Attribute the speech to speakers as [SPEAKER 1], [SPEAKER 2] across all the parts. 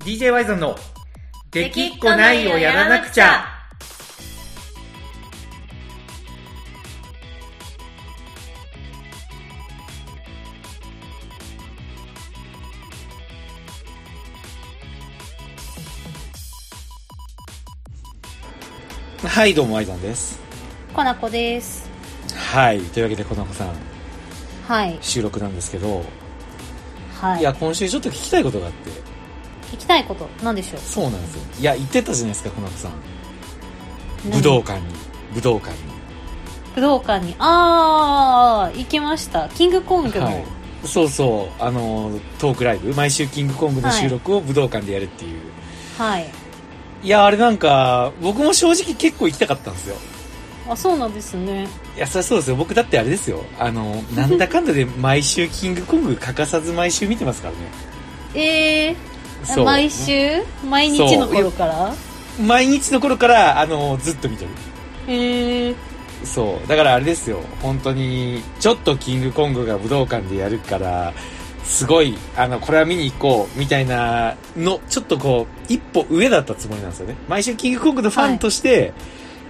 [SPEAKER 1] DJ ワイゾンの「できっこないをやらなくちゃ」はいどうもワイゾンです
[SPEAKER 2] かなこです
[SPEAKER 1] はいというわけでこの子さん
[SPEAKER 2] はい
[SPEAKER 1] 収録なんですけど、
[SPEAKER 2] はい
[SPEAKER 1] い、や今週ちょっと聞きたいことがあって
[SPEAKER 2] 聞きたいことなんでしょ
[SPEAKER 1] そうなんですよいや言ってたじゃないですかこの子さん
[SPEAKER 2] う
[SPEAKER 1] 武道
[SPEAKER 2] 何
[SPEAKER 1] 館に武道館に
[SPEAKER 2] 武道館にあー行きましたキングコングの、
[SPEAKER 1] はい、そうそうあのトークライブ毎週キングコングの収録を武道館でやるっていう、
[SPEAKER 2] はい
[SPEAKER 1] い、やあれなんか僕も正直結構行きたかったんですよ
[SPEAKER 2] あそうなんですね
[SPEAKER 1] いやそりゃそうですよ僕だってあれですよあ のなんだかんだで毎週キングコング欠かさず毎週見てますからね
[SPEAKER 2] えー
[SPEAKER 1] そう
[SPEAKER 2] 毎週毎日の頃から
[SPEAKER 1] 毎日の頃からあのずっと見てる
[SPEAKER 2] えー、
[SPEAKER 1] そうだからあれですよ本当にちょっとキングコングが武道館でやるからすごいあのこれは見に行こうみたいなのちょっとこう一歩上だったつもりなんですよね毎週キングコングのファンとして、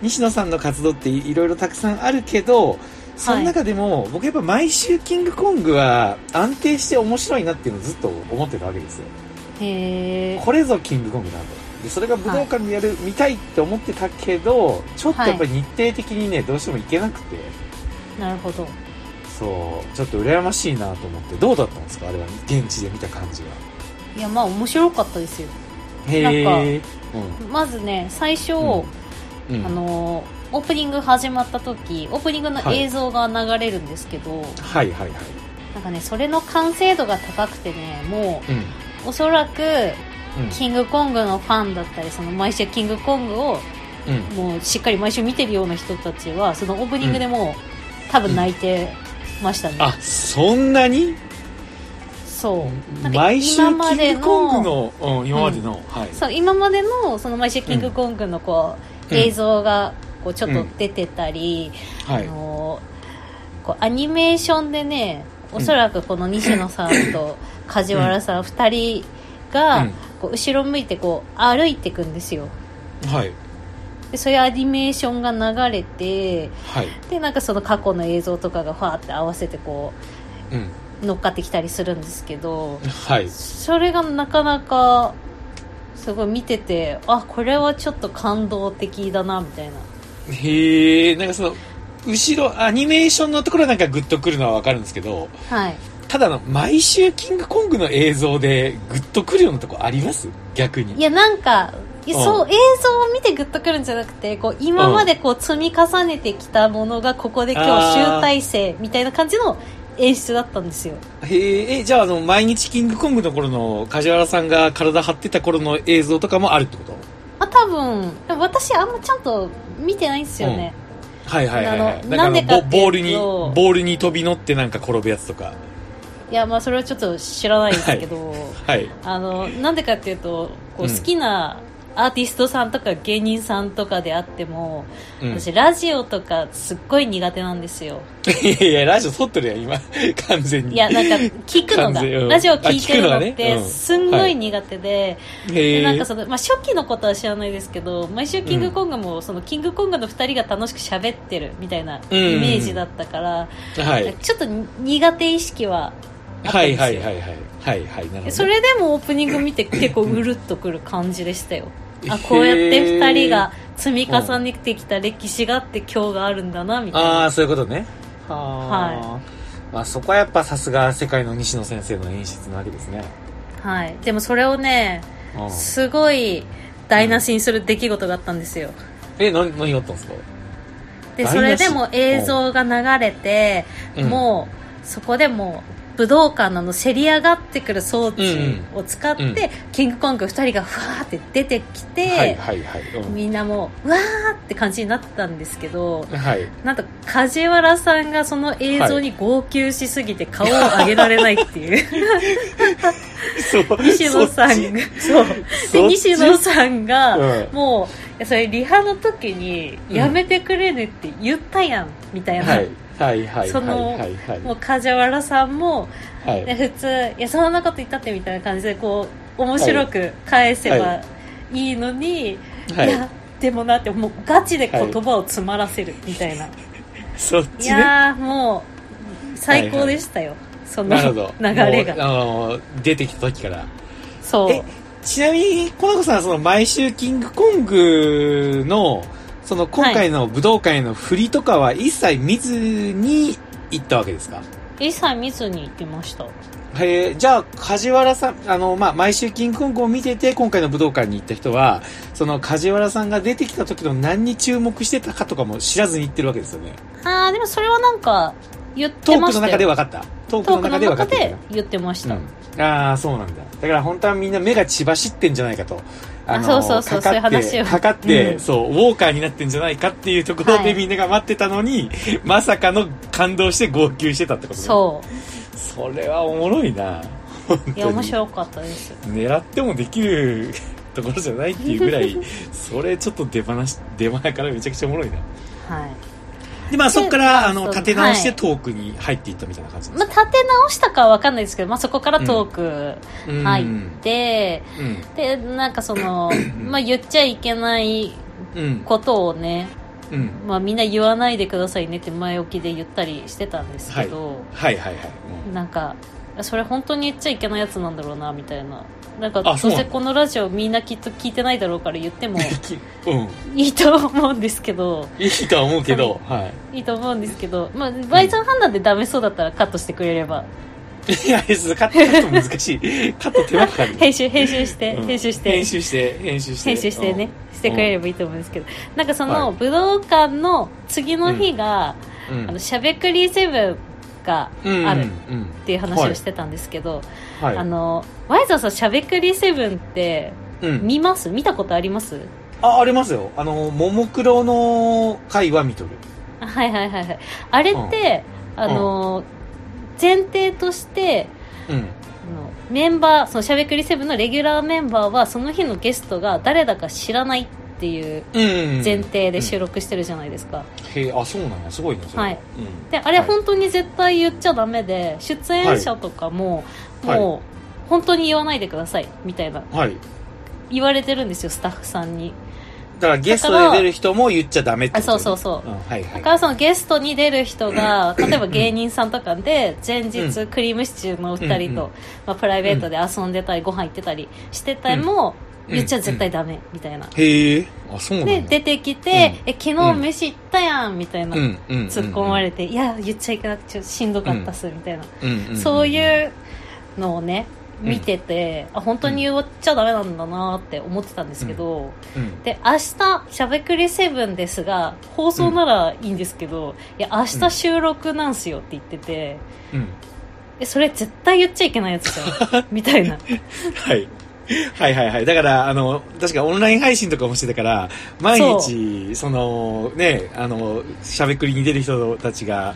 [SPEAKER 1] 西野さんの活動っていろいろたくさんあるけどその中でも、僕やっぱ毎週キングコングは安定して面白いなっていうのをずっと思ってたわけですよ
[SPEAKER 2] えー、
[SPEAKER 1] これぞキングコングだとでそれが武道館でやる、見たいって思ってたけどちょっとやっぱり日程的にねどうしても行けなくて、
[SPEAKER 2] なるほど
[SPEAKER 1] そうちょっと羨ましいなと思ってどうだったんですかあれは現地で見た感じが
[SPEAKER 2] いやまあ面白かったですよ
[SPEAKER 1] へえ
[SPEAKER 2] まずね最初、
[SPEAKER 1] うんうん、うん
[SPEAKER 2] あのーオープニング始まった時オープニングの映像が流れるんですけど、
[SPEAKER 1] はいはいはい
[SPEAKER 2] なんかねそれの完成度が高くてねも
[SPEAKER 1] うん
[SPEAKER 2] うおそらく
[SPEAKER 1] うん
[SPEAKER 2] キングコングのファンだったりその毎週キングコングを
[SPEAKER 1] うん
[SPEAKER 2] もうしっかり毎週見てるような人たちはそのオープニングでもう多分泣いてましたね、
[SPEAKER 1] あそんなに
[SPEAKER 2] そうなんか
[SPEAKER 1] 毎週
[SPEAKER 2] 今ま
[SPEAKER 1] キ
[SPEAKER 2] で
[SPEAKER 1] ングコング
[SPEAKER 2] の
[SPEAKER 1] の、うん、今までの、はい
[SPEAKER 2] そう今までのその毎週キングコングのこう、
[SPEAKER 1] うん
[SPEAKER 2] 映像がこうちょっ
[SPEAKER 1] う
[SPEAKER 2] と
[SPEAKER 1] ん
[SPEAKER 2] 出てたり、
[SPEAKER 1] は
[SPEAKER 2] あ
[SPEAKER 1] い
[SPEAKER 2] のこうアニメーションでねおそらくこの西野さんと梶原さん2人
[SPEAKER 1] う
[SPEAKER 2] が
[SPEAKER 1] ん
[SPEAKER 2] こう後ろ向いてこう歩いていくんですよ
[SPEAKER 1] はい
[SPEAKER 2] でそういうアニメーションが流れて
[SPEAKER 1] はい
[SPEAKER 2] でなんかその過去の映像とかがファーって合わせてこ
[SPEAKER 1] うん
[SPEAKER 2] う乗っかってきたりするんですけど
[SPEAKER 1] はい
[SPEAKER 2] それがなかなかすごい見ててあこれはちょっと感動的だなみたいな
[SPEAKER 1] へえんかその後ろアニメーションのところなんかグッとくるのはわかるんですけど
[SPEAKER 2] はい
[SPEAKER 1] ただの毎週キングコングの映像でグッとくるようなとこあります逆に
[SPEAKER 2] いやなんかいや
[SPEAKER 1] うん
[SPEAKER 2] そう映像を見てグッとくるんじゃなくてこう今までこう積み重ねてきたものがここで今日集大成みたいな感じの演出だったんですよ
[SPEAKER 1] へええ、じゃあ、あの、毎日キングコングの頃の梶原さんが体張ってた頃の映像とかもあるってこと
[SPEAKER 2] あ多分でも私あんまちゃんと見てないんですよね、
[SPEAKER 1] はいはいはい、はい。
[SPEAKER 2] あ
[SPEAKER 1] な
[SPEAKER 2] の
[SPEAKER 1] ん
[SPEAKER 2] なんで
[SPEAKER 1] か
[SPEAKER 2] か
[SPEAKER 1] あの
[SPEAKER 2] っていうと
[SPEAKER 1] ボボールに、ボールに飛び乗ってなんか転ぶやつとか。
[SPEAKER 2] いやまあそれはちょっと知らないんですけど、
[SPEAKER 1] はい。
[SPEAKER 2] あのなんでかっていうとこう
[SPEAKER 1] うん
[SPEAKER 2] 好きなアーティストさんとか芸人さんとかであっても、
[SPEAKER 1] うん。
[SPEAKER 2] 私ラジオとかすっごい苦手なんですよ
[SPEAKER 1] いやいや、ラジオ撮ってるやん、今。 完全に。
[SPEAKER 2] いや、な んか、聞くの
[SPEAKER 1] 完
[SPEAKER 2] が、
[SPEAKER 1] 全うん
[SPEAKER 2] ラジオ聞いてる
[SPEAKER 1] あ聞くのが
[SPEAKER 2] のっ
[SPEAKER 1] ね
[SPEAKER 2] て、
[SPEAKER 1] うん
[SPEAKER 2] すんごい苦手で、
[SPEAKER 1] へ
[SPEAKER 2] で
[SPEAKER 1] え。
[SPEAKER 2] なんかその、まあ、初期のことは知らないですけど、毎週キングコングも、その、キングコングの二人が楽しく喋ってるみたいなイ
[SPEAKER 1] うん
[SPEAKER 2] メージだったから、
[SPEAKER 1] はい。
[SPEAKER 2] ちょっと苦手意識はあったん
[SPEAKER 1] は
[SPEAKER 2] です
[SPEAKER 1] い
[SPEAKER 2] よ。
[SPEAKER 1] はいはいはい。はいはい。なるほど。
[SPEAKER 2] それでもオープニング見て結構うるっとくる感じでしたよ。あ、こうやって二人が積み重ねてきた歴史があって今日があるんだな、みたい
[SPEAKER 1] ああ、
[SPEAKER 2] な。
[SPEAKER 1] そういうことね。はあ。まあそこはやっぱさすが世界の西野先生の演出なわけですね。
[SPEAKER 2] はい。でもそれをね、
[SPEAKER 1] うん、
[SPEAKER 2] すごい台無しにする出来事があったんですよ
[SPEAKER 1] え、な何があったんですか
[SPEAKER 2] で
[SPEAKER 1] 台
[SPEAKER 2] そ
[SPEAKER 1] 無
[SPEAKER 2] れ
[SPEAKER 1] し
[SPEAKER 2] でも映像が流れて、
[SPEAKER 1] うん
[SPEAKER 2] もうそこでもう武道館のあのせり上がってくる装置を使って、
[SPEAKER 1] うんうん
[SPEAKER 2] キングコング2人がふわーって出てきて、
[SPEAKER 1] はいはいはい。うん
[SPEAKER 2] みんなもううわーって感じになったんですけど
[SPEAKER 1] はい。
[SPEAKER 2] なんと梶原さんがその映像に号泣しすぎて顔を上げられないっていう
[SPEAKER 1] そう
[SPEAKER 2] 西野さんが
[SPEAKER 1] そ
[SPEAKER 2] そう
[SPEAKER 1] っ
[SPEAKER 2] で
[SPEAKER 1] ち
[SPEAKER 2] 西野さんが、
[SPEAKER 1] うん
[SPEAKER 2] もういやそれリハの時に「やめてくれね」って言ったやん、みたいな、
[SPEAKER 1] はいはいはい
[SPEAKER 2] その
[SPEAKER 1] はいはい
[SPEAKER 2] もう梶原さんも、
[SPEAKER 1] はい
[SPEAKER 2] ね普通「いやそんなこと言ったって」みたいな感じでこう面白く返せばいいのに、、
[SPEAKER 1] はいい
[SPEAKER 2] やでもなってもうガチで言葉を詰まらせるみたいな、
[SPEAKER 1] そっ
[SPEAKER 2] い、
[SPEAKER 1] ちね
[SPEAKER 2] やーもう最高でしたよ、その
[SPEAKER 1] なるほど
[SPEAKER 2] 流れが
[SPEAKER 1] もうあの出てきた時から
[SPEAKER 2] そう
[SPEAKER 1] えちなみにコナコさんはその毎週キングコングのその今回の武道会の振りとかは一切見ずに行ったわけですか、
[SPEAKER 2] 一切見ずに行きました
[SPEAKER 1] へえじゃあ梶原さんあの、まあ、毎週キングコングを見てて今回の武道館に行った人はその梶原さんが出てきた時の何に注目してたかとかも知らずに行ってるわけですよね
[SPEAKER 2] あーでもそれはなんか言っ
[SPEAKER 1] ト
[SPEAKER 2] て
[SPEAKER 1] ー
[SPEAKER 2] ま
[SPEAKER 1] ク
[SPEAKER 2] し
[SPEAKER 1] の
[SPEAKER 2] た
[SPEAKER 1] 中で
[SPEAKER 2] よ
[SPEAKER 1] 分かったトーク
[SPEAKER 2] ト
[SPEAKER 1] の
[SPEAKER 2] ークの
[SPEAKER 1] 中で分か
[SPEAKER 2] 中
[SPEAKER 1] って
[SPEAKER 2] で
[SPEAKER 1] る
[SPEAKER 2] 言ってました、
[SPEAKER 1] うん、ああそうなんだだから本当はみんな目が血走ってんじゃないかとあ
[SPEAKER 2] あそうそうそう
[SPEAKER 1] かかって
[SPEAKER 2] そういう話を
[SPEAKER 1] かかって、
[SPEAKER 2] うん
[SPEAKER 1] そうウォーカーになってんじゃないかっていうところ
[SPEAKER 2] は
[SPEAKER 1] で
[SPEAKER 2] い
[SPEAKER 1] みんなが待ってたのに、まさかの感動して号泣してたってことね
[SPEAKER 2] そ
[SPEAKER 1] それはおもろいな本当
[SPEAKER 2] う
[SPEAKER 1] に
[SPEAKER 2] いや面白かったです
[SPEAKER 1] 狙ってもできる ところじゃないっていうぐらいそれちょっと出放し出前からめちゃくちゃおもろいな
[SPEAKER 2] はい
[SPEAKER 1] でまあそこからあの
[SPEAKER 2] そう
[SPEAKER 1] 立て直して
[SPEAKER 2] はい
[SPEAKER 1] トークに入っていったみたいな感じなん
[SPEAKER 2] まあ、
[SPEAKER 1] ですか、
[SPEAKER 2] 立て直したかは分かんないですけど、まあ、そこからト
[SPEAKER 1] う
[SPEAKER 2] ーク
[SPEAKER 1] ん
[SPEAKER 2] 入って、
[SPEAKER 1] うん
[SPEAKER 2] でなんか その、まあ、言っちゃいけない
[SPEAKER 1] うん
[SPEAKER 2] ことをね、
[SPEAKER 1] うん
[SPEAKER 2] まあ、みんな言わないでくださいねって前置きで言ったりしてたんですけど、
[SPEAKER 1] はいはいはい、
[SPEAKER 2] なんかそれ本当に言っちゃいけないやつなんだろうなみたいななんかど
[SPEAKER 1] あ
[SPEAKER 2] う
[SPEAKER 1] そうなの
[SPEAKER 2] せこのラジオみんなきっと聞いてないだろうから言っても
[SPEAKER 1] うん、うん
[SPEAKER 2] いいと思うんですけど
[SPEAKER 1] いいとは思うけど、はい
[SPEAKER 2] いいと思うんですけど、まあ、バイザン判断でダメそうだったらカットしてくれれば
[SPEAKER 1] いやそうカットカット難しいカット手間かかる
[SPEAKER 2] 編集編集して、
[SPEAKER 1] うん
[SPEAKER 2] 編集して
[SPEAKER 1] 編集して編集して
[SPEAKER 2] 編集してね、してくれればいいと思うんですけど、なんかその、
[SPEAKER 1] はい
[SPEAKER 2] 武道館の次の日が、
[SPEAKER 1] うん、うん
[SPEAKER 2] あのしゃべくりセブンが
[SPEAKER 1] うん
[SPEAKER 2] あるっ
[SPEAKER 1] うん
[SPEAKER 2] ていう話をしてたんですけど、
[SPEAKER 1] はい、
[SPEAKER 2] あのワイザーさんしゃべくりセブンって
[SPEAKER 1] うん、
[SPEAKER 2] 見ます見たことあります
[SPEAKER 1] あありますよあのももクロの回は見とる
[SPEAKER 2] あはいはいはいはいあれって、あの、前提として
[SPEAKER 1] うん
[SPEAKER 2] あのメンバーそのしゃべくりセブンのレギュラーメンバーはその日のゲストが誰だか知らないっていう
[SPEAKER 1] うん
[SPEAKER 2] 前提で収録してるじゃないですか、
[SPEAKER 1] へえあそうなんやすごいねそれ
[SPEAKER 2] はい
[SPEAKER 1] うん
[SPEAKER 2] であれ
[SPEAKER 1] はい
[SPEAKER 2] 本当に絶対言っちゃダメで出演者とかも、
[SPEAKER 1] はい
[SPEAKER 2] もう本当に言わないでくださいみたいな
[SPEAKER 1] はい
[SPEAKER 2] 言われてるんですよスタッフさんに
[SPEAKER 1] だからゲストで出る人も言っちゃダメってことね
[SPEAKER 2] あそうそうそうん
[SPEAKER 1] はいは
[SPEAKER 2] だ
[SPEAKER 1] い
[SPEAKER 2] からそのゲストに出る人 が例えば芸人さんとかで前日クリームシチューのお二人
[SPEAKER 1] うんうん
[SPEAKER 2] と、まあ、プライベートで遊んでたりご飯行ってたりしてても
[SPEAKER 1] うん
[SPEAKER 2] 言っちゃ絶対ダメみたいな
[SPEAKER 1] へえあそうなんや
[SPEAKER 2] で出てきて
[SPEAKER 1] う
[SPEAKER 2] 「え昨日飯行ったやん」みたいな
[SPEAKER 1] うんうん
[SPEAKER 2] 突っ込まれて「いや言っちゃいけなくてちょっとしんどかったっす」みたいな
[SPEAKER 1] うんうんうん
[SPEAKER 2] そう
[SPEAKER 1] う
[SPEAKER 2] いうのをね見てて、あ本当に言っちゃダメなんだなって思ってたんですけど、
[SPEAKER 1] ん
[SPEAKER 2] で明日しゃべくりセブンですが放送ならいいんですけど、いや明日収録なんすよって言ってて、
[SPEAKER 1] うん
[SPEAKER 2] えそれ絶対言っちゃいけないやつじゃ んみたいな
[SPEAKER 1] はい。はいはいはい。だから、あの、確かオンライン配信とかもしてたから、毎日、その、ね、あの、しゃべくりに出る人たちが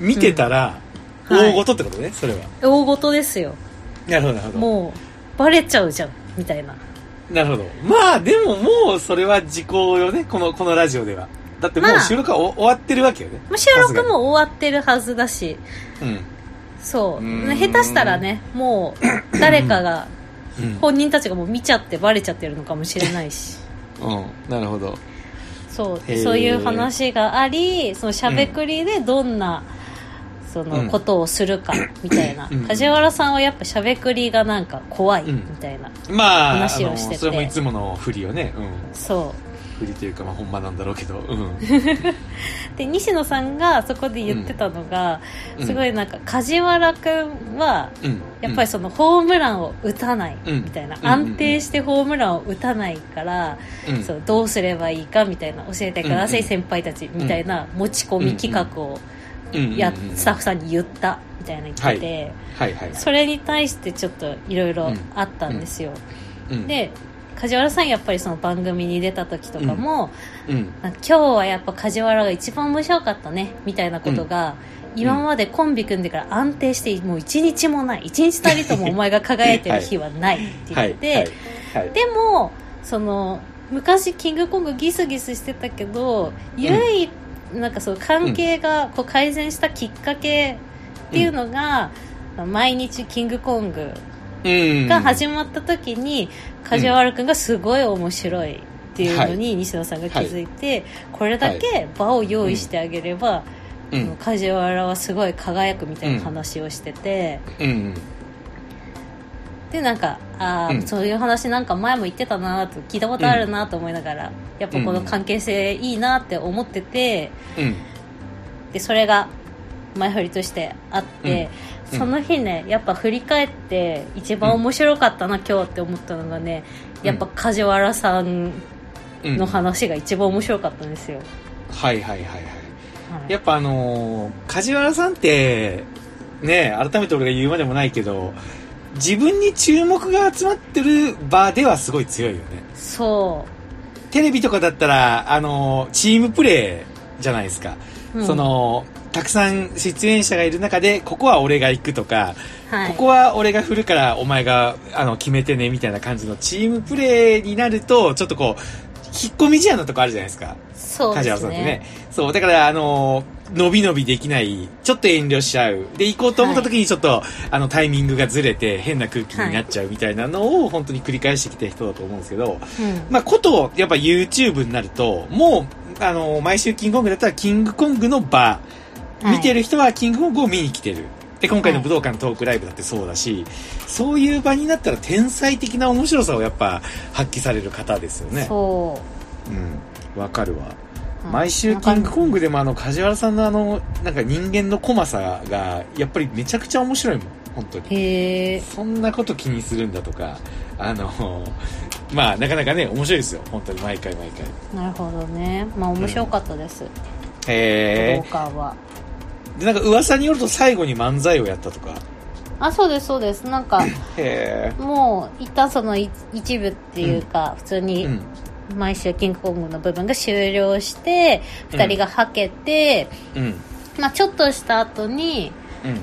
[SPEAKER 1] 見てたら、
[SPEAKER 2] うんはい
[SPEAKER 1] 大事ってことね、それは。
[SPEAKER 2] 大事ですよ
[SPEAKER 1] なるほど、なるほど。
[SPEAKER 2] もうバレちゃうじゃんみたいな
[SPEAKER 1] なるほど。まあ、でももう、それは時効よね、この、このラジオでは。だっても
[SPEAKER 2] ま
[SPEAKER 1] う
[SPEAKER 2] あ
[SPEAKER 1] 収録はお終わってるわけよね。
[SPEAKER 2] まあ収録も終わってるはずだし
[SPEAKER 1] うん。
[SPEAKER 2] そう
[SPEAKER 1] うーん
[SPEAKER 2] 下手したらねもう誰かが
[SPEAKER 1] うん。
[SPEAKER 2] 本人たちがもう見ちゃってバレちゃってるのかもしれないし
[SPEAKER 1] うん。なるほど。
[SPEAKER 2] そう
[SPEAKER 1] へー
[SPEAKER 2] そういう話がありそのしゃべくりでどんな、そ
[SPEAKER 1] うん
[SPEAKER 2] のことをするかみたいな、
[SPEAKER 1] うん
[SPEAKER 2] 梶原さんはやっぱしゃべくりがなんか怖い
[SPEAKER 1] うん
[SPEAKER 2] みたいな、
[SPEAKER 1] まあ、
[SPEAKER 2] 話をしてて
[SPEAKER 1] あのそれもいつもの振りよね。うん。
[SPEAKER 2] そ
[SPEAKER 1] 振りというか、まあ、本場なんだろうけど。うん。
[SPEAKER 2] うで西野さんがそこで言ってたのが、
[SPEAKER 1] うん
[SPEAKER 2] すごいなんか梶原君は
[SPEAKER 1] うん。
[SPEAKER 2] やっぱりそのホームランを打たない
[SPEAKER 1] うん
[SPEAKER 2] みたいな、
[SPEAKER 1] うん
[SPEAKER 2] 安定してホームランを打たないから、
[SPEAKER 1] うん、うん
[SPEAKER 2] そうどうすればいいかみたいな教えてください、
[SPEAKER 1] うん
[SPEAKER 2] 先輩たちみたいな持ち込み企画を
[SPEAKER 1] うん
[SPEAKER 2] や、
[SPEAKER 1] うんうんうん
[SPEAKER 2] スタッフさんに言ったみたいな言ってて、
[SPEAKER 1] はいはい。
[SPEAKER 2] それに対してちょっといろいろあったんですよ、
[SPEAKER 1] うん、
[SPEAKER 2] で梶原さんやっぱりその番組に出た時とかも、
[SPEAKER 1] うん。
[SPEAKER 2] なんか今日はやっぱ梶原が一番面白かったねみたいなことが、今までコンビ組んでから安定してもう一日もない一日たりともお前が輝いてる日はないって
[SPEAKER 1] は
[SPEAKER 2] 言
[SPEAKER 1] い。
[SPEAKER 2] って、
[SPEAKER 1] はい。はい
[SPEAKER 2] でもその昔キングコングギスギスしてたけど唯一、なんかそう関係がこう改善したきっかけっていうのが、毎日キングコング
[SPEAKER 1] うん。
[SPEAKER 2] が始まった時に、梶原くんがすごい面白いっていうのに西野さんが気づいて、これだけ場を用意してあげれば、
[SPEAKER 1] う
[SPEAKER 2] あの
[SPEAKER 1] ん。
[SPEAKER 2] 梶原はすごい輝くみたいな話をしてて、
[SPEAKER 1] うん。
[SPEAKER 2] でなんかあー、
[SPEAKER 1] うん
[SPEAKER 2] そういう話なんか前も言ってたなと聞いたことあるなと思いながら、やっぱこの関係性いいなって思ってて
[SPEAKER 1] うん。
[SPEAKER 2] でそれが前振りとしてあって、
[SPEAKER 1] うん
[SPEAKER 2] その日ねやっぱ振り返って一番面白かったな、今日って思ったのがねやっぱ梶原さん
[SPEAKER 1] うん。
[SPEAKER 2] の話が一番面白かったんですよ。
[SPEAKER 1] はいはいはいはい。
[SPEAKER 2] はい
[SPEAKER 1] やっぱあのー梶原さんって、ね、改めて俺が言うまでもないけど、自分に注目が集まってる場ではすごい強いよね。
[SPEAKER 2] そ
[SPEAKER 1] テレビとかだったら、あのーチームプレーじゃないですか。
[SPEAKER 2] う、うん
[SPEAKER 1] そ、の、たくさん出演者がいる中で、ここは俺が行くとか、
[SPEAKER 2] はい、
[SPEAKER 1] ここは俺が振るからお前があの決めてねみたいな感じのチームプレーになるとちょっとこう引っ込み思案なとこあるじゃないですか
[SPEAKER 2] そうで
[SPEAKER 1] 梶原
[SPEAKER 2] す
[SPEAKER 1] さんっ
[SPEAKER 2] ね
[SPEAKER 1] てねそうだからあの伸び伸びできないちょっと遠慮しちゃうで行こうと思った時にちょっと、あのタイミングがずれて変な空気になっちゃうみたいなのを本当に繰り返してきた人だと思うんですけど、
[SPEAKER 2] うん、
[SPEAKER 1] まあ、こと、やっぱ YouTube になると、もう、あの、毎週キングコングだったら、キングコングの場。
[SPEAKER 2] はい
[SPEAKER 1] 見てる人はキングコングを見に来てる。で、今回の武道館トークライブだってそうだし、そういう場になったら天才的な面白さをやっぱ発揮される方ですよね。
[SPEAKER 2] そう
[SPEAKER 1] うん。わかるわ。
[SPEAKER 2] うん
[SPEAKER 1] 毎週キングコングでもあの、梶原さんのあの、なんか人間のコマさが、やっぱりめちゃくちゃ面白いもん。本当に。
[SPEAKER 2] へえ
[SPEAKER 1] そんなこと気にするんだとか、あの、 まあ、なかなかね、面白いですよ。本当に毎回毎回。
[SPEAKER 2] なるほどねまあ面白かったです、
[SPEAKER 1] へ
[SPEAKER 2] 武道館は
[SPEAKER 1] え。で、なんか噂によると最後に漫才をやったとか。
[SPEAKER 2] あそうですそうですなんか
[SPEAKER 1] へ
[SPEAKER 2] もう一旦そのい一部っていうか、普通
[SPEAKER 1] え。う
[SPEAKER 2] に
[SPEAKER 1] ん。
[SPEAKER 2] 毎週キングコングの部分が終了して、
[SPEAKER 1] う
[SPEAKER 2] 二
[SPEAKER 1] ん
[SPEAKER 2] 人がはけて、
[SPEAKER 1] うん。
[SPEAKER 2] まあ、ちょっとした後に
[SPEAKER 1] うん。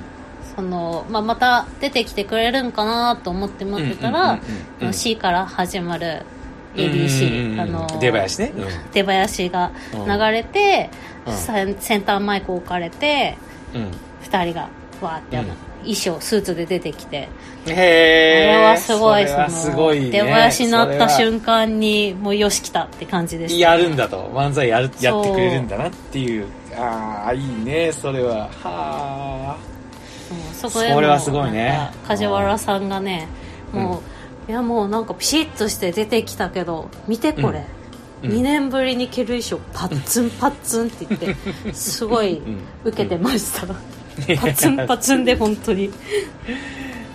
[SPEAKER 2] その、まあ、また出てきてくれるんかなと思って待ってたら、
[SPEAKER 1] うんうんうん
[SPEAKER 2] あ
[SPEAKER 1] う
[SPEAKER 2] の
[SPEAKER 1] ん
[SPEAKER 2] C から始まる
[SPEAKER 1] うんうんうん
[SPEAKER 2] ABC
[SPEAKER 1] うん
[SPEAKER 2] あの
[SPEAKER 1] 出囃子ねうん
[SPEAKER 2] 出囃子が流れて、
[SPEAKER 1] うん
[SPEAKER 2] センセンターマイク置かれて
[SPEAKER 1] うん。
[SPEAKER 2] 2人がわーってあの、
[SPEAKER 1] うん
[SPEAKER 2] 衣装スーツで出てきて、
[SPEAKER 1] へ
[SPEAKER 2] あ
[SPEAKER 1] え。
[SPEAKER 2] れはすごい
[SPEAKER 1] それはすごい、ね。
[SPEAKER 2] 出囃子になった
[SPEAKER 1] それは
[SPEAKER 2] 瞬間にもうよし来たって感じでした
[SPEAKER 1] やるんだと。漫才やる、や
[SPEAKER 2] そう
[SPEAKER 1] ってくれるんだなっていう。ああ、いいね、それは。はあ。
[SPEAKER 2] うんそこでも
[SPEAKER 1] それはすごいね
[SPEAKER 2] なんか梶原さんがね
[SPEAKER 1] うん
[SPEAKER 2] もう、いやもうなんかピシッとして出てきたけど見てこれ、
[SPEAKER 1] うん
[SPEAKER 2] 2年ぶりに着る衣装パッツンパッツンって言 ってすごい
[SPEAKER 1] ん
[SPEAKER 2] 受けてました、 パツンパツンで本当に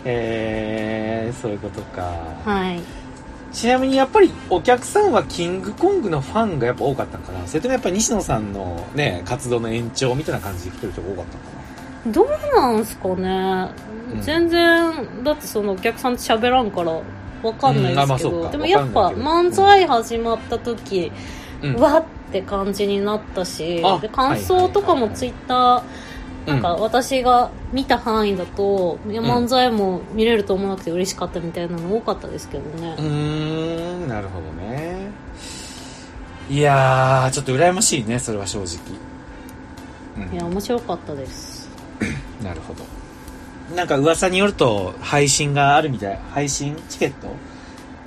[SPEAKER 1] へえ、そういうことか。
[SPEAKER 2] はい
[SPEAKER 1] ちなみにやっぱりお客さんはキングコングのファンがやっぱ多かったのかなそれともやっぱ西野さんのね、活動の延長みたいな感じで来てる人が多かったのか
[SPEAKER 2] どうなんすかね、
[SPEAKER 1] うん
[SPEAKER 2] 全然だってそのお客さんと喋らんからわかんな
[SPEAKER 1] う
[SPEAKER 2] いですけど、
[SPEAKER 1] んあまあそうか
[SPEAKER 2] でもやっぱ
[SPEAKER 1] わかんないけ
[SPEAKER 2] 漫
[SPEAKER 1] ど
[SPEAKER 2] 才始まった時、
[SPEAKER 1] な
[SPEAKER 2] わって感じになったし
[SPEAKER 1] あ
[SPEAKER 2] で感想とか
[SPEAKER 1] は
[SPEAKER 2] も
[SPEAKER 1] いはいはいはい
[SPEAKER 2] ツイッター
[SPEAKER 1] うん、
[SPEAKER 2] なんか私が見た範囲だと、いや
[SPEAKER 1] うん
[SPEAKER 2] 漫才も見れると思わなくて嬉しかったみたいなの多かったですけどね
[SPEAKER 1] う、ーん、なるほどね。いやー、ちょっと羨ましいね、それは正直。
[SPEAKER 2] いや面白かったです
[SPEAKER 1] うん、なるほど。なんか噂によると配信があるみたい、配信チケット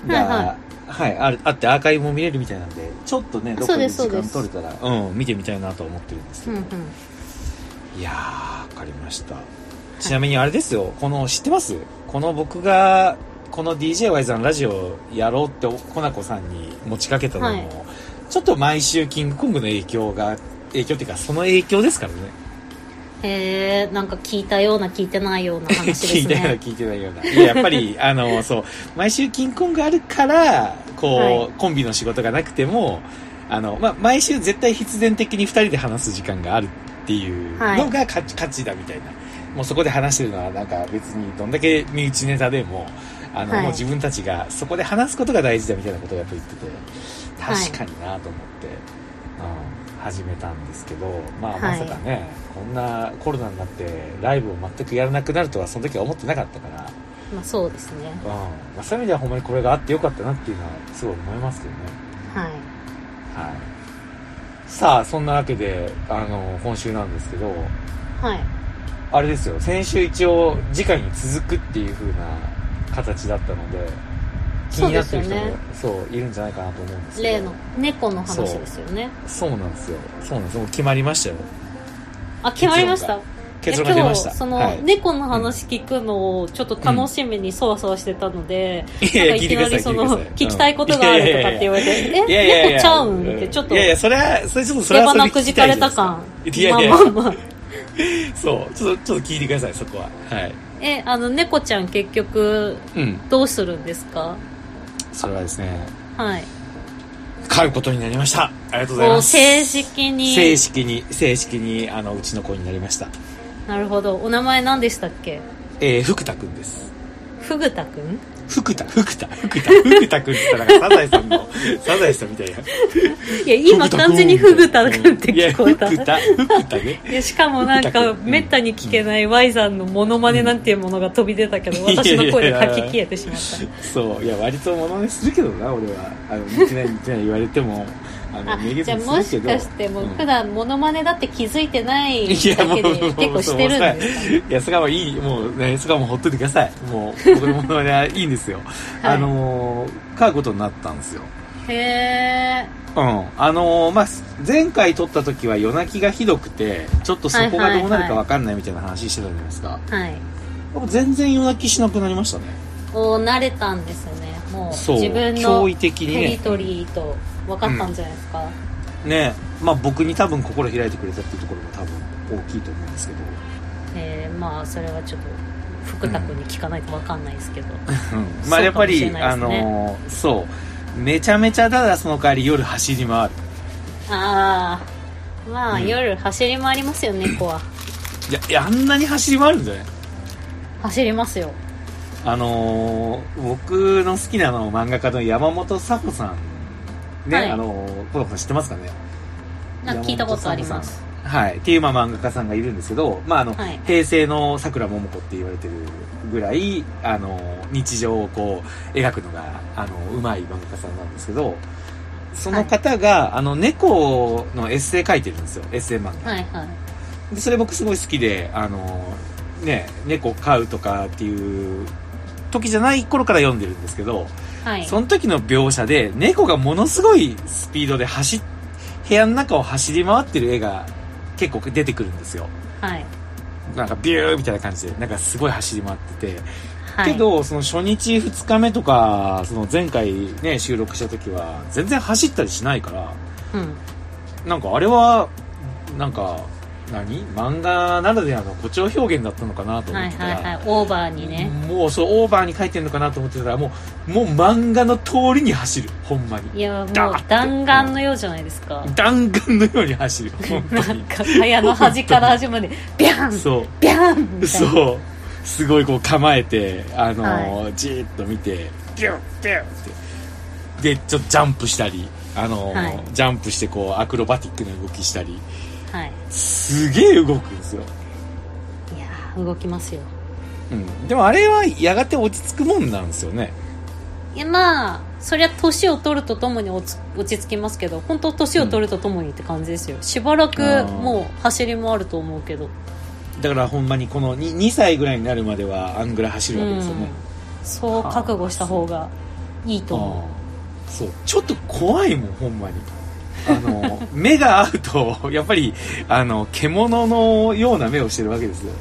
[SPEAKER 1] が、
[SPEAKER 2] はいはい
[SPEAKER 1] はいあるあってアーカイブも見れるみたいなんで、ちょっとね、どこ
[SPEAKER 2] そう
[SPEAKER 1] で
[SPEAKER 2] です
[SPEAKER 1] 時
[SPEAKER 2] そうで
[SPEAKER 1] 間
[SPEAKER 2] す
[SPEAKER 1] 取れたら、うん、見てみたいなとは思ってるんですけ
[SPEAKER 2] う
[SPEAKER 1] ど。
[SPEAKER 2] んうん
[SPEAKER 1] いやー、わかりました。ちなみにあれですよ、この、知ってますこの僕が、この DJY さんラジオやろうって、コナコさんに持ちかけたのも、
[SPEAKER 2] はい
[SPEAKER 1] ちょっと毎週キングコングの影響が、影響っていうか、その影響ですからね。
[SPEAKER 2] へえんか聞いたような聞いてないような話
[SPEAKER 1] 聞
[SPEAKER 2] で
[SPEAKER 1] いた
[SPEAKER 2] す
[SPEAKER 1] ような、
[SPEAKER 2] ね
[SPEAKER 1] 聞いてないような。いや、やっぱり、あの、そう、毎週キングコングあるから、こう、
[SPEAKER 2] はい
[SPEAKER 1] コンビの仕事がなくても、あの、まあ、毎週絶対必然的に二人で話す時間があるっていうのが価値,、価値だみたいな。もうそこで話してるのはなんか別にどんだけ身内ネタでも、あの、
[SPEAKER 2] はい
[SPEAKER 1] もう自分たちがそこで話すことが大事だみたいなことをやっぱ言ってて、確かになと思って、うん、始めたんですけど、まあ、まさかね、こんなコロナになってライブを全くやらなくなるとはその時は思ってなかったから、
[SPEAKER 2] まあそうですね
[SPEAKER 1] うんまあ、そういう意味ではほんまにこれがあってよかったなっていうのはすごい思いますけどね。
[SPEAKER 2] はい
[SPEAKER 1] はい。さあ、そんなわけで、あの、今週なんですけど、
[SPEAKER 2] はい
[SPEAKER 1] あれですよ、先週一応次回に続くっていう風な形だったので気
[SPEAKER 2] そう
[SPEAKER 1] にな
[SPEAKER 2] で
[SPEAKER 1] っ
[SPEAKER 2] す
[SPEAKER 1] て
[SPEAKER 2] よ
[SPEAKER 1] る人も
[SPEAKER 2] ね
[SPEAKER 1] そういるんじゃないかなと思うんですけど
[SPEAKER 2] 例の猫の話ですよね
[SPEAKER 1] そうなんですよそうなんですもう決まりましたよ
[SPEAKER 2] あ決まりまし
[SPEAKER 1] 結論
[SPEAKER 2] た
[SPEAKER 1] 結論が出まし
[SPEAKER 2] い
[SPEAKER 1] た
[SPEAKER 2] や今日その、
[SPEAKER 1] はい、
[SPEAKER 2] 猫の話聞くのをちょっと楽しみにそわそわしてたので、
[SPEAKER 1] いやいや
[SPEAKER 2] なんかいきなりその聞きたいことがあるとかって言われて「
[SPEAKER 1] いやいや
[SPEAKER 2] え
[SPEAKER 1] いや
[SPEAKER 2] 猫ちゃうん?」ってちょっと
[SPEAKER 1] いやいや
[SPEAKER 2] 手
[SPEAKER 1] それはそれちょっとそれはそれ
[SPEAKER 2] 鼻
[SPEAKER 1] で
[SPEAKER 2] く
[SPEAKER 1] 聞
[SPEAKER 2] じ
[SPEAKER 1] き
[SPEAKER 2] か
[SPEAKER 1] たい
[SPEAKER 2] れ
[SPEAKER 1] じゃな
[SPEAKER 2] た
[SPEAKER 1] いですか
[SPEAKER 2] 感
[SPEAKER 1] いやいや
[SPEAKER 2] まあまあまあ
[SPEAKER 1] そうちょっとちょっと聞いてくださいそこははい
[SPEAKER 2] えあの猫ちゃん結局
[SPEAKER 1] うん
[SPEAKER 2] どうするんですか
[SPEAKER 1] それはですね
[SPEAKER 2] はい
[SPEAKER 1] 買うことになりましたありがとうござい
[SPEAKER 2] こ
[SPEAKER 1] ま
[SPEAKER 2] う
[SPEAKER 1] す
[SPEAKER 2] 正式に
[SPEAKER 1] 正式に正式にあのうちの子になりました
[SPEAKER 2] なるほどお名前何でしたっけ
[SPEAKER 1] えー、福田くんです
[SPEAKER 2] ふぐたくん
[SPEAKER 1] 福田福田福田福田くんって言ったらなんかサザエさんのサザエさんみたいない
[SPEAKER 2] や今完全にふぐたくんって聞こえた
[SPEAKER 1] いや福田福田ね
[SPEAKER 2] いやしかもなんかめったに聞けない Y さんのモノマネなんていうものが飛び出たけど
[SPEAKER 1] うん
[SPEAKER 2] 私の声で書き消えてしまった
[SPEAKER 1] そういや割と物にするけどな俺はあの似てない似てない言われてもあの
[SPEAKER 2] あ
[SPEAKER 1] めげ
[SPEAKER 2] じ
[SPEAKER 1] ず
[SPEAKER 2] ゃあ
[SPEAKER 1] に
[SPEAKER 2] も
[SPEAKER 1] す
[SPEAKER 2] し
[SPEAKER 1] るけど
[SPEAKER 2] かしてもう
[SPEAKER 1] うん
[SPEAKER 2] 普段モノマネだって気づいてない
[SPEAKER 1] いや
[SPEAKER 2] だ
[SPEAKER 1] も
[SPEAKER 2] け
[SPEAKER 1] う
[SPEAKER 2] で
[SPEAKER 1] もう
[SPEAKER 2] 結構してるんです
[SPEAKER 1] いやそこはもういいもうねそこはもうほっといてくださいもう僕のものはいいんですよ、
[SPEAKER 2] はい
[SPEAKER 1] あのー買うことになったんですよ
[SPEAKER 2] へえ
[SPEAKER 1] うんあのーまあ前回撮った時は夜泣きがひどくてちょっとそこがどうなるかわかんないみたいな話してたじゃないですか、
[SPEAKER 2] はい
[SPEAKER 1] 僕全然夜泣きしなくなりましたね
[SPEAKER 2] お慣れたんですねもう
[SPEAKER 1] そう
[SPEAKER 2] 自分の
[SPEAKER 1] 驚異的に
[SPEAKER 2] テリ
[SPEAKER 1] ね
[SPEAKER 2] トリーと分かったんじゃないですか、
[SPEAKER 1] ねまあ僕に多分心開いてくれたっていうところも多分大きいと思うんですけど
[SPEAKER 2] えーまあそれはちょっと福田君に聞かないと分かんないですけど、
[SPEAKER 1] うんまあやっぱり、
[SPEAKER 2] そうかもしれないで
[SPEAKER 1] あ
[SPEAKER 2] すね
[SPEAKER 1] のーそうめちゃめちゃただその代わり夜走り回る
[SPEAKER 2] ああまあ、
[SPEAKER 1] うん
[SPEAKER 2] 夜走り回りますよ猫はい
[SPEAKER 1] やいやあんなに走り回るんじゃない
[SPEAKER 2] 走りますよ
[SPEAKER 1] あのー僕の好きなあの漫画家の山本佐穂さんね、
[SPEAKER 2] はい
[SPEAKER 1] あのーポロポロ知ってますかね
[SPEAKER 2] なんか聞いたことあります
[SPEAKER 1] はいっていうまあ漫画家さんがいるんですけど、まああの
[SPEAKER 2] はい
[SPEAKER 1] 平成のさくらももこって言われてるぐらい、あのー日常をこう描くのが、あのうまい漫画家さんなんですけどその方が、あの猫のエッセイ書いてるんですよエッセイ漫画、
[SPEAKER 2] はいはい
[SPEAKER 1] でそれ僕すごい好きであのね猫飼うとかっていう時じゃない頃から読んでるんですけど、
[SPEAKER 2] はい
[SPEAKER 1] その時の描写で猫がものすごいスピードで走っ部屋の中を走り回ってる絵が結構出てくるんですよ
[SPEAKER 2] はい
[SPEAKER 1] なんかビューみたいな感じでなんかすごい走り回ってて、
[SPEAKER 2] はい
[SPEAKER 1] けどその初日2日目とかその前回ね収録した時は全然走ったりしないから
[SPEAKER 2] うん
[SPEAKER 1] なんかあれはなんか何漫画ならではの誇張表現だったのかなと
[SPEAKER 2] は
[SPEAKER 1] 思っ
[SPEAKER 2] い
[SPEAKER 1] てた
[SPEAKER 2] は
[SPEAKER 1] ら、
[SPEAKER 2] いはいオーバーにね
[SPEAKER 1] もうそうオーバーに書いてるのかなと思ってたらもうもう漫画の通りに走るほんまに
[SPEAKER 2] いやもう
[SPEAKER 1] ダーッと
[SPEAKER 2] 弾丸のようじゃないですか
[SPEAKER 1] 弾丸のように走 る本当
[SPEAKER 2] なん
[SPEAKER 1] に
[SPEAKER 2] か鞘の端から端までビャン
[SPEAKER 1] そ
[SPEAKER 2] ビャン
[SPEAKER 1] う
[SPEAKER 2] みたいな
[SPEAKER 1] そうすごいこう構えてあのー
[SPEAKER 2] は
[SPEAKER 1] じーっと見てビュンビュンってでちょっとジャンプしたりあのー
[SPEAKER 2] はい
[SPEAKER 1] ジャンプしてこうアクロバティックな動きしたり
[SPEAKER 2] はい
[SPEAKER 1] すげえ動くんですよ
[SPEAKER 2] いやー動きますよ
[SPEAKER 1] うん、でもあれはやがて落ち着くもんなんですよね
[SPEAKER 2] いやまあそりゃ年を取るとともに落ち落ち着きますけど本当年を取るとともにって感じですよしばらく
[SPEAKER 1] あー
[SPEAKER 2] もう走り回ると思うけど
[SPEAKER 1] だからほんまにこの 2, 2歳ぐらいになるまではあんぐらい走るわけですよね、
[SPEAKER 2] うん、そう覚悟した方がいいと
[SPEAKER 1] あ
[SPEAKER 2] 思
[SPEAKER 1] あそうちょっと怖いもんほんまにあ の目が合うとやっぱりあの獣のような目をしてるわけですよ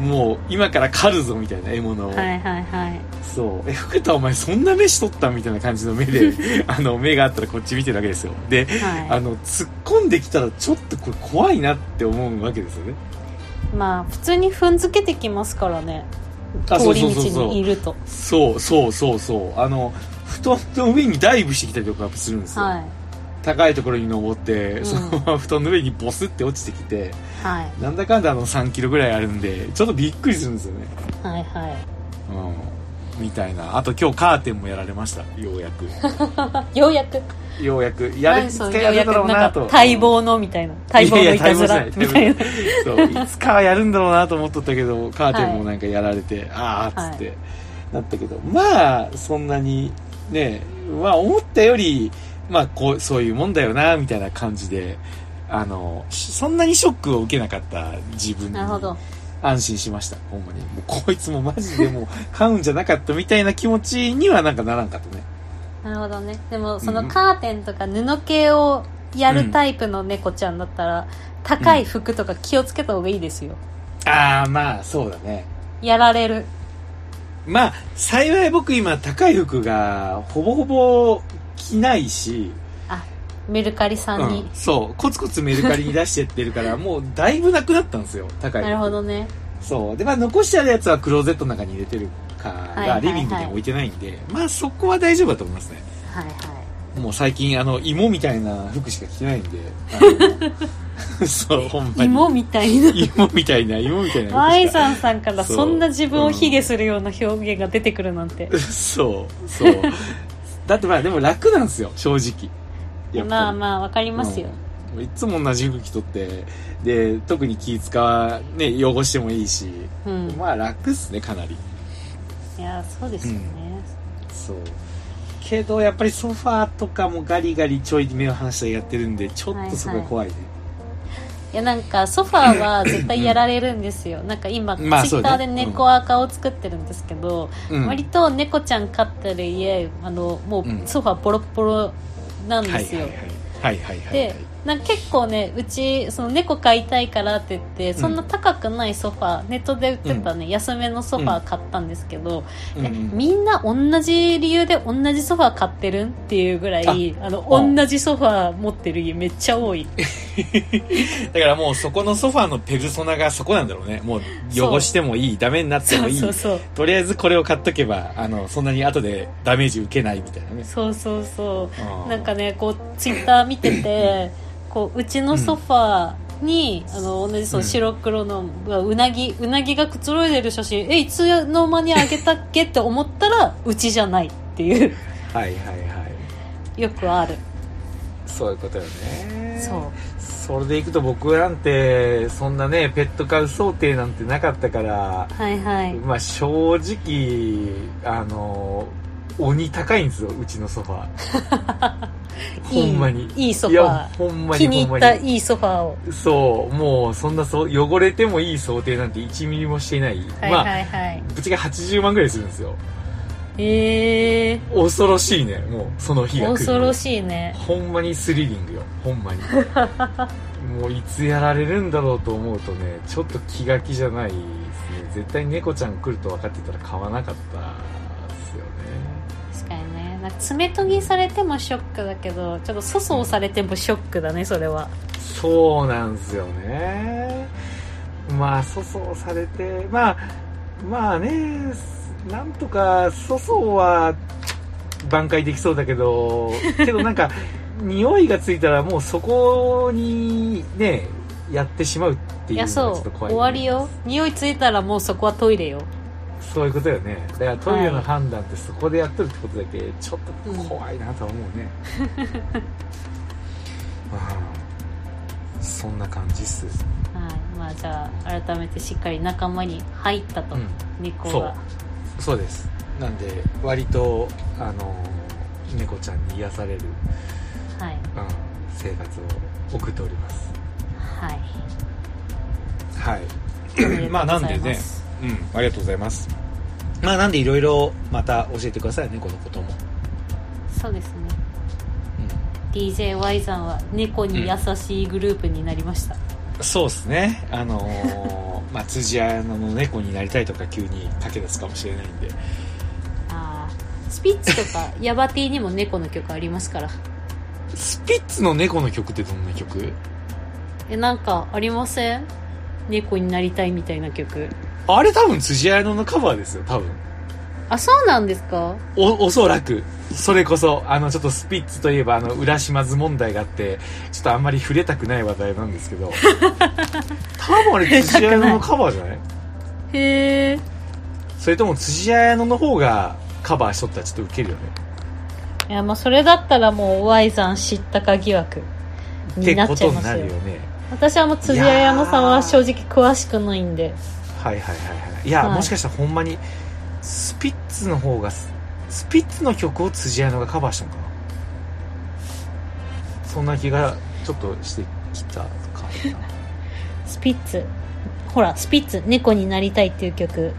[SPEAKER 1] もう今から狩るぞみたいな獲物を、
[SPEAKER 2] うはいはいはい
[SPEAKER 1] そうえ福田お前そんな目しとったみたいな感じの目で あの目があったらこっち見てるわけですよであ
[SPEAKER 2] は
[SPEAKER 1] の突っ込んできたらちょっとこれ怖いなって思うわけですよね
[SPEAKER 2] いまあ普通に踏んづけてきますからね
[SPEAKER 1] あ
[SPEAKER 2] 通
[SPEAKER 1] そう
[SPEAKER 2] り
[SPEAKER 1] そうそうそう
[SPEAKER 2] 道にいると
[SPEAKER 1] そうそうそうそうあの布団の上にダイブしてきたりとかするんですよ、
[SPEAKER 2] はい
[SPEAKER 1] 高いところに登って、
[SPEAKER 2] うん
[SPEAKER 1] そのまま布団の上にボスって落ちてきて
[SPEAKER 2] はい
[SPEAKER 1] なんだかんだあの3キロぐらいあるんでちょっとびっくりするんですよね
[SPEAKER 2] はいは
[SPEAKER 1] うんみたいなあと今日カーテンもやられましたようやく
[SPEAKER 2] いようやく
[SPEAKER 1] ようやくやれ
[SPEAKER 2] 何
[SPEAKER 1] つ
[SPEAKER 2] そ
[SPEAKER 1] か
[SPEAKER 2] の
[SPEAKER 1] やるだろうな
[SPEAKER 2] ようや
[SPEAKER 1] と
[SPEAKER 2] くんか待望のみたいな待望のいたずら みたいな
[SPEAKER 1] そういつかはやるんだろうなと思っとったけどカーテンもなんかやられて、ああっつって、なったけどまあそんなにねまあ思ったよりまあこうそういうもんだよなみたいな感じであのしそんなにショックを受けなかった自分に
[SPEAKER 2] なるほど
[SPEAKER 1] 安心しました。ほんまに。もうこいつもマジでもう、買うんじゃなかったみたいな気持ちにはなんかならんかったね。
[SPEAKER 2] なるほどねでもそ
[SPEAKER 1] うん
[SPEAKER 2] のカーテンとか布系をやるタイプの猫ちゃんだったら、高い服とか気をつけた方がいいですよ
[SPEAKER 1] ああ、まあ、そうだね。
[SPEAKER 2] やられる
[SPEAKER 1] まあ、幸い僕今高い服がほぼほぼ着ないし、
[SPEAKER 2] メルカリさんに、
[SPEAKER 1] うん、そう、コツコツメルカリに出してってる から、もうだいぶなくなったんですよ、高い服。
[SPEAKER 2] なるほどね
[SPEAKER 1] そう。で、まあ残してあるやつはクローゼットの中に入れてるか
[SPEAKER 2] はいはいは
[SPEAKER 1] が、
[SPEAKER 2] い
[SPEAKER 1] リビングには置いてないんで、まあそこは大丈夫だと思いますね。
[SPEAKER 2] はいは
[SPEAKER 1] もう最近、あの、芋みたいな服しか着てないんで、 あのそう、ほんま
[SPEAKER 2] い
[SPEAKER 1] に。
[SPEAKER 2] 芋み たいな
[SPEAKER 1] 芋みたいな、芋みたいな
[SPEAKER 2] ア
[SPEAKER 1] 服
[SPEAKER 2] イ
[SPEAKER 1] しか。
[SPEAKER 2] さんさんから
[SPEAKER 1] そう
[SPEAKER 2] そんな自分を卑下するような表現が出てくるなんて
[SPEAKER 1] そう、そう。だってまあでも楽なんですよ、正直。やっぱり
[SPEAKER 2] まあまあわかります
[SPEAKER 1] う
[SPEAKER 2] よ、
[SPEAKER 1] んいつも同じ服着とって、で、特に気使わ、ね、汚してもいいし、
[SPEAKER 2] うん
[SPEAKER 1] まあ楽っすね、かなり。
[SPEAKER 2] いやそうですよね、
[SPEAKER 1] そう。けど、やっぱりソファーとかもガリガリちょい目を離したりやってるんで、ちょっとそこは怖いね。
[SPEAKER 2] いやなんかソファーは絶対やられるんですよなんか今ツイ
[SPEAKER 1] まあそう
[SPEAKER 2] ッタ
[SPEAKER 1] だ
[SPEAKER 2] ー
[SPEAKER 1] ね
[SPEAKER 2] で猫アカを作ってるんですけど、
[SPEAKER 1] うん
[SPEAKER 2] 割と猫ちゃん飼ってる家あのも
[SPEAKER 1] うん
[SPEAKER 2] うソファボロボロなんで
[SPEAKER 1] はい
[SPEAKER 2] す
[SPEAKER 1] はい
[SPEAKER 2] よ、
[SPEAKER 1] はい。はいはいはい、はい
[SPEAKER 2] で。なんか結構ねうちその猫飼いたいからって言ってそんな高くないソファ、ネットで売ってたね、安めのソファ買ったんですけど、
[SPEAKER 1] うん
[SPEAKER 2] え
[SPEAKER 1] うん
[SPEAKER 2] みんな同じ理由で同じソファ買ってるんっていうぐらいあの
[SPEAKER 1] うん
[SPEAKER 2] 同じソファ持ってる家めっちゃ 多い
[SPEAKER 1] だからもうそこのソファーのペルソナがそこなんだろうね。もう
[SPEAKER 2] そう
[SPEAKER 1] 汚してもいい、ダメになって
[SPEAKER 2] そ
[SPEAKER 1] も
[SPEAKER 2] う
[SPEAKER 1] いい
[SPEAKER 2] そ。うそう
[SPEAKER 1] とりあえずこれを買っとけば、あの、そんなに後でダメージ受けないみたいなね。
[SPEAKER 2] そうそうそう
[SPEAKER 1] あー
[SPEAKER 2] なんかねこうツイッター見ててこううちのソファーに、あの同じそう
[SPEAKER 1] うん
[SPEAKER 2] 白黒のうわうなぎうなぎがくつろいでる写真えいつの間にあげたっけって思ったらうちじゃないっていう
[SPEAKER 1] はいはいはい。
[SPEAKER 2] よくある
[SPEAKER 1] そういうことよね。
[SPEAKER 2] そう。
[SPEAKER 1] それでいくと僕なんて、そんなね、ペット飼う想定なんてなかったから、
[SPEAKER 2] はいはい
[SPEAKER 1] まあ正直、あの、鬼高いんですよ、うちのソファー。ほんまに。
[SPEAKER 2] いいいいソフ
[SPEAKER 1] い
[SPEAKER 2] ァ
[SPEAKER 1] や、
[SPEAKER 2] ー
[SPEAKER 1] ほんまに
[SPEAKER 2] 気
[SPEAKER 1] ほ
[SPEAKER 2] に
[SPEAKER 1] ん
[SPEAKER 2] 入
[SPEAKER 1] ま
[SPEAKER 2] った
[SPEAKER 1] に。
[SPEAKER 2] いいソファーを
[SPEAKER 1] そう、もうそんなそう汚れてもいい想定なんて1ミリもしてない。
[SPEAKER 2] はい
[SPEAKER 1] まあ、
[SPEAKER 2] はいはい、
[SPEAKER 1] ぶっちゃけ80万ぐらいするんですよ。
[SPEAKER 2] ええ
[SPEAKER 1] 恐ろしいね、もう、その日が来る。
[SPEAKER 2] 恐ろしいね
[SPEAKER 1] ほんまにスリリングよほんまにもういつやられるんだろうと思うとねちょっと気が気じゃないですね絶対猫ちゃん来ると分かってたら買わなかったですよね
[SPEAKER 2] 確かにねなんか爪研ぎされてもショックだけどちょっと粗相されてもショックだねそれは
[SPEAKER 1] そうなんですよねまあ粗相されてまあまあねなんとか粗相は挽回できそうだけ どけどなんか匂いがついたらもうそこにねやってしまうって
[SPEAKER 2] い
[SPEAKER 1] いうのが
[SPEAKER 2] や
[SPEAKER 1] ち
[SPEAKER 2] そ
[SPEAKER 1] ょ
[SPEAKER 2] う
[SPEAKER 1] っと怖い
[SPEAKER 2] 終わりよ匂いついたらもうそこはトイレよ
[SPEAKER 1] そういうことよねだからトイレの判断ってそこでやっとるってことだけちょっと怖いなとは思うね、 うんそんな感じっす
[SPEAKER 2] はいまあじゃあ改めてしっかり仲間に入ったと、
[SPEAKER 1] うん
[SPEAKER 2] 猫
[SPEAKER 1] そう
[SPEAKER 2] が
[SPEAKER 1] そうですなんで割とあの猫ちゃんに癒される、
[SPEAKER 2] はい
[SPEAKER 1] うん、生活を送っております
[SPEAKER 2] はい
[SPEAKER 1] はい
[SPEAKER 2] おめでとうございす
[SPEAKER 1] まあなんでねうんありがとうございますまあなんでいろいろまた教えてください猫のことも、
[SPEAKER 2] そうですね DJY さんは猫に優しいグループになりました、
[SPEAKER 1] そうですねあのー まあ辻屋の猫になりたいとか急に駆け出すかもしれないんで
[SPEAKER 2] あースピッツとかヤバティにも猫の曲ありますから
[SPEAKER 1] スピッツの猫の曲ってどんな曲
[SPEAKER 2] えなんかありません猫になりたいみたいな曲
[SPEAKER 1] あれ多分辻屋のカバーですよ多分
[SPEAKER 2] あそうなんですか
[SPEAKER 1] お、おそらく、それこそ、あの、ちょっとスピッツといえば、あの、浦島津問題があって、ちょっとあんまり触れたくない話題なんですけ ど、多分あれ、辻彩乃のカバーじゃない
[SPEAKER 2] へえ
[SPEAKER 1] それとも辻彩乃の方がカバーしとったらちょっとウケるよね。
[SPEAKER 2] いやまあそれだったらもう Y さん知ったか疑惑になっ
[SPEAKER 1] こ
[SPEAKER 2] ちゃい
[SPEAKER 1] と
[SPEAKER 2] ま
[SPEAKER 1] にな
[SPEAKER 2] すよ
[SPEAKER 1] るよね。
[SPEAKER 2] 私はもう辻彩乃さんは正直詳しくないんで
[SPEAKER 1] はいはいはいはい。いや、
[SPEAKER 2] はい
[SPEAKER 1] もしかしたらほんまに、スピッツの方が、ススピッツの曲を辻彩乃がカバーしたのかなそんな気が、ちょっとしてきたかな。
[SPEAKER 2] スピッツほらスピッツ「猫になりたい」っていう曲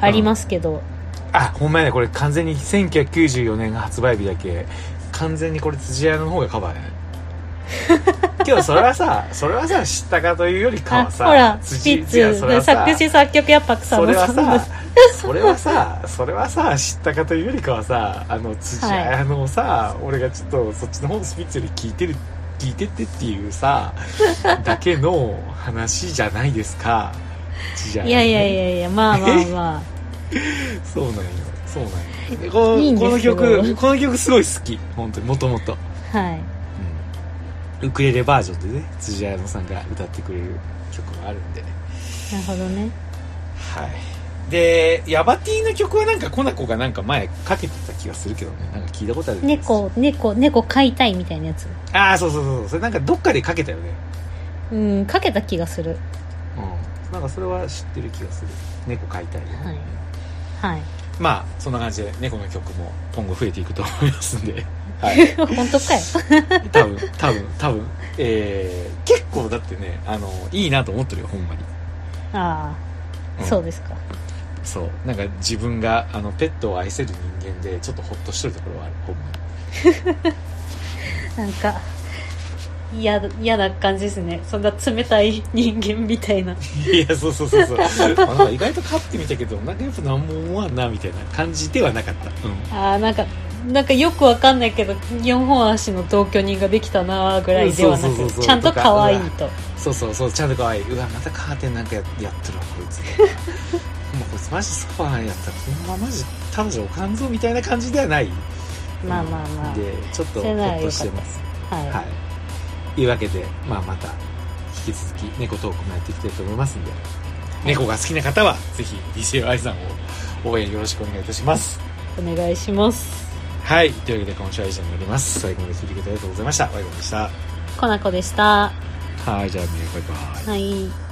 [SPEAKER 2] ありますけど、
[SPEAKER 1] あほんまやねこれ完全に1994年が発売日だけ完全にこれ土屋の方がカバーやね けどそれはさそれはさ知ったかというよりか
[SPEAKER 2] あ
[SPEAKER 1] は
[SPEAKER 2] ほ
[SPEAKER 1] さ
[SPEAKER 2] ら
[SPEAKER 1] 土
[SPEAKER 2] スピッ
[SPEAKER 1] いやそれ
[SPEAKER 2] ツ
[SPEAKER 1] はさ
[SPEAKER 2] 作詞作曲やっぱ草
[SPEAKER 1] そ
[SPEAKER 2] 野
[SPEAKER 1] れは
[SPEAKER 2] さんの
[SPEAKER 1] さそれはさそれはさ知ったかというよりかはさあの辻
[SPEAKER 2] はい
[SPEAKER 1] 彩乃をさ、俺がちょっとそっちの方のスピッツより聞いてる聞いてってっていうさだけの話じゃないですか辻彩乃
[SPEAKER 2] いや
[SPEAKER 1] ね
[SPEAKER 2] いやいやいやまあまあま
[SPEAKER 1] そうなんよそうなんよでこ
[SPEAKER 2] いいん
[SPEAKER 1] こ
[SPEAKER 2] で
[SPEAKER 1] の
[SPEAKER 2] すけど
[SPEAKER 1] 曲この曲すごい好き本当にもともと
[SPEAKER 2] あはい
[SPEAKER 1] ウクレレバージョンでね辻彩乃さんが歌ってくれる曲があるんで
[SPEAKER 2] なるほどね
[SPEAKER 1] はい。で、ヤバティの曲はなんかコナコがなんか前かけてた気がするけどね。なんか聞いたことある。
[SPEAKER 2] 猫猫猫飼いたいみたいなやつ
[SPEAKER 1] ああ、そうそうそうそう。それなんかどっかでかけたよね。
[SPEAKER 2] うんかけた気がする
[SPEAKER 1] うん。なんかそれは知ってる気がする。猫飼いたいよね。
[SPEAKER 2] はいはい
[SPEAKER 1] まあ、そんな感じで猫の曲も今後増えていくと思いますんで。はい。
[SPEAKER 2] 本 当かよ
[SPEAKER 1] 多分、多分、多分。えー、結構だってね、あの、いいなと思ってるよ、ほんまに。
[SPEAKER 2] ああ、
[SPEAKER 1] うん
[SPEAKER 2] そうですか
[SPEAKER 1] そう。なんか自分が、あの、ペットを愛せる人間で、ちょっとほっとしてるところはある、ほんまに。
[SPEAKER 2] なんか嫌だ嫌な感じですねそんな冷たい人間みたいない
[SPEAKER 1] や、そうそう そうそう。あなんか意外と飼ってみたけど、なんかやっぱ何も思わんな、みたいな感じではなかった。うん。
[SPEAKER 2] あーなんかなんかよくわかんないけど4本足の同居人ができたなーぐらいではな
[SPEAKER 1] そうそうそうそ
[SPEAKER 2] く
[SPEAKER 1] う
[SPEAKER 2] ちゃんと可愛いと
[SPEAKER 1] そうそうそう、ちゃんと可愛い。うわ、またカーテンなんかややっとるわ、こい つ。ほんまこいつマジソファーやったら、ほんまマジ、彼女おかんぞ、みたいな感じではない。
[SPEAKER 2] まあまあまあ
[SPEAKER 1] で、ちょっと
[SPEAKER 2] それな
[SPEAKER 1] ほっ
[SPEAKER 2] らよか
[SPEAKER 1] と
[SPEAKER 2] っ
[SPEAKER 1] したて
[SPEAKER 2] で
[SPEAKER 1] ますす。
[SPEAKER 2] はい、
[SPEAKER 1] はい。いうわけで、まあまた、引き続き猫トークもやっていきたいと思いますんで、猫が好きな方は、ぜひ DJY さんを応援よろしくお願いいたします。
[SPEAKER 2] お願いします
[SPEAKER 1] はい。というわけで今週は以上になります。最後まで聞いてくれてありがとうございました。ワイゴンでした。
[SPEAKER 2] コナコでした
[SPEAKER 1] はい。じゃあね、バイバイ。
[SPEAKER 2] はい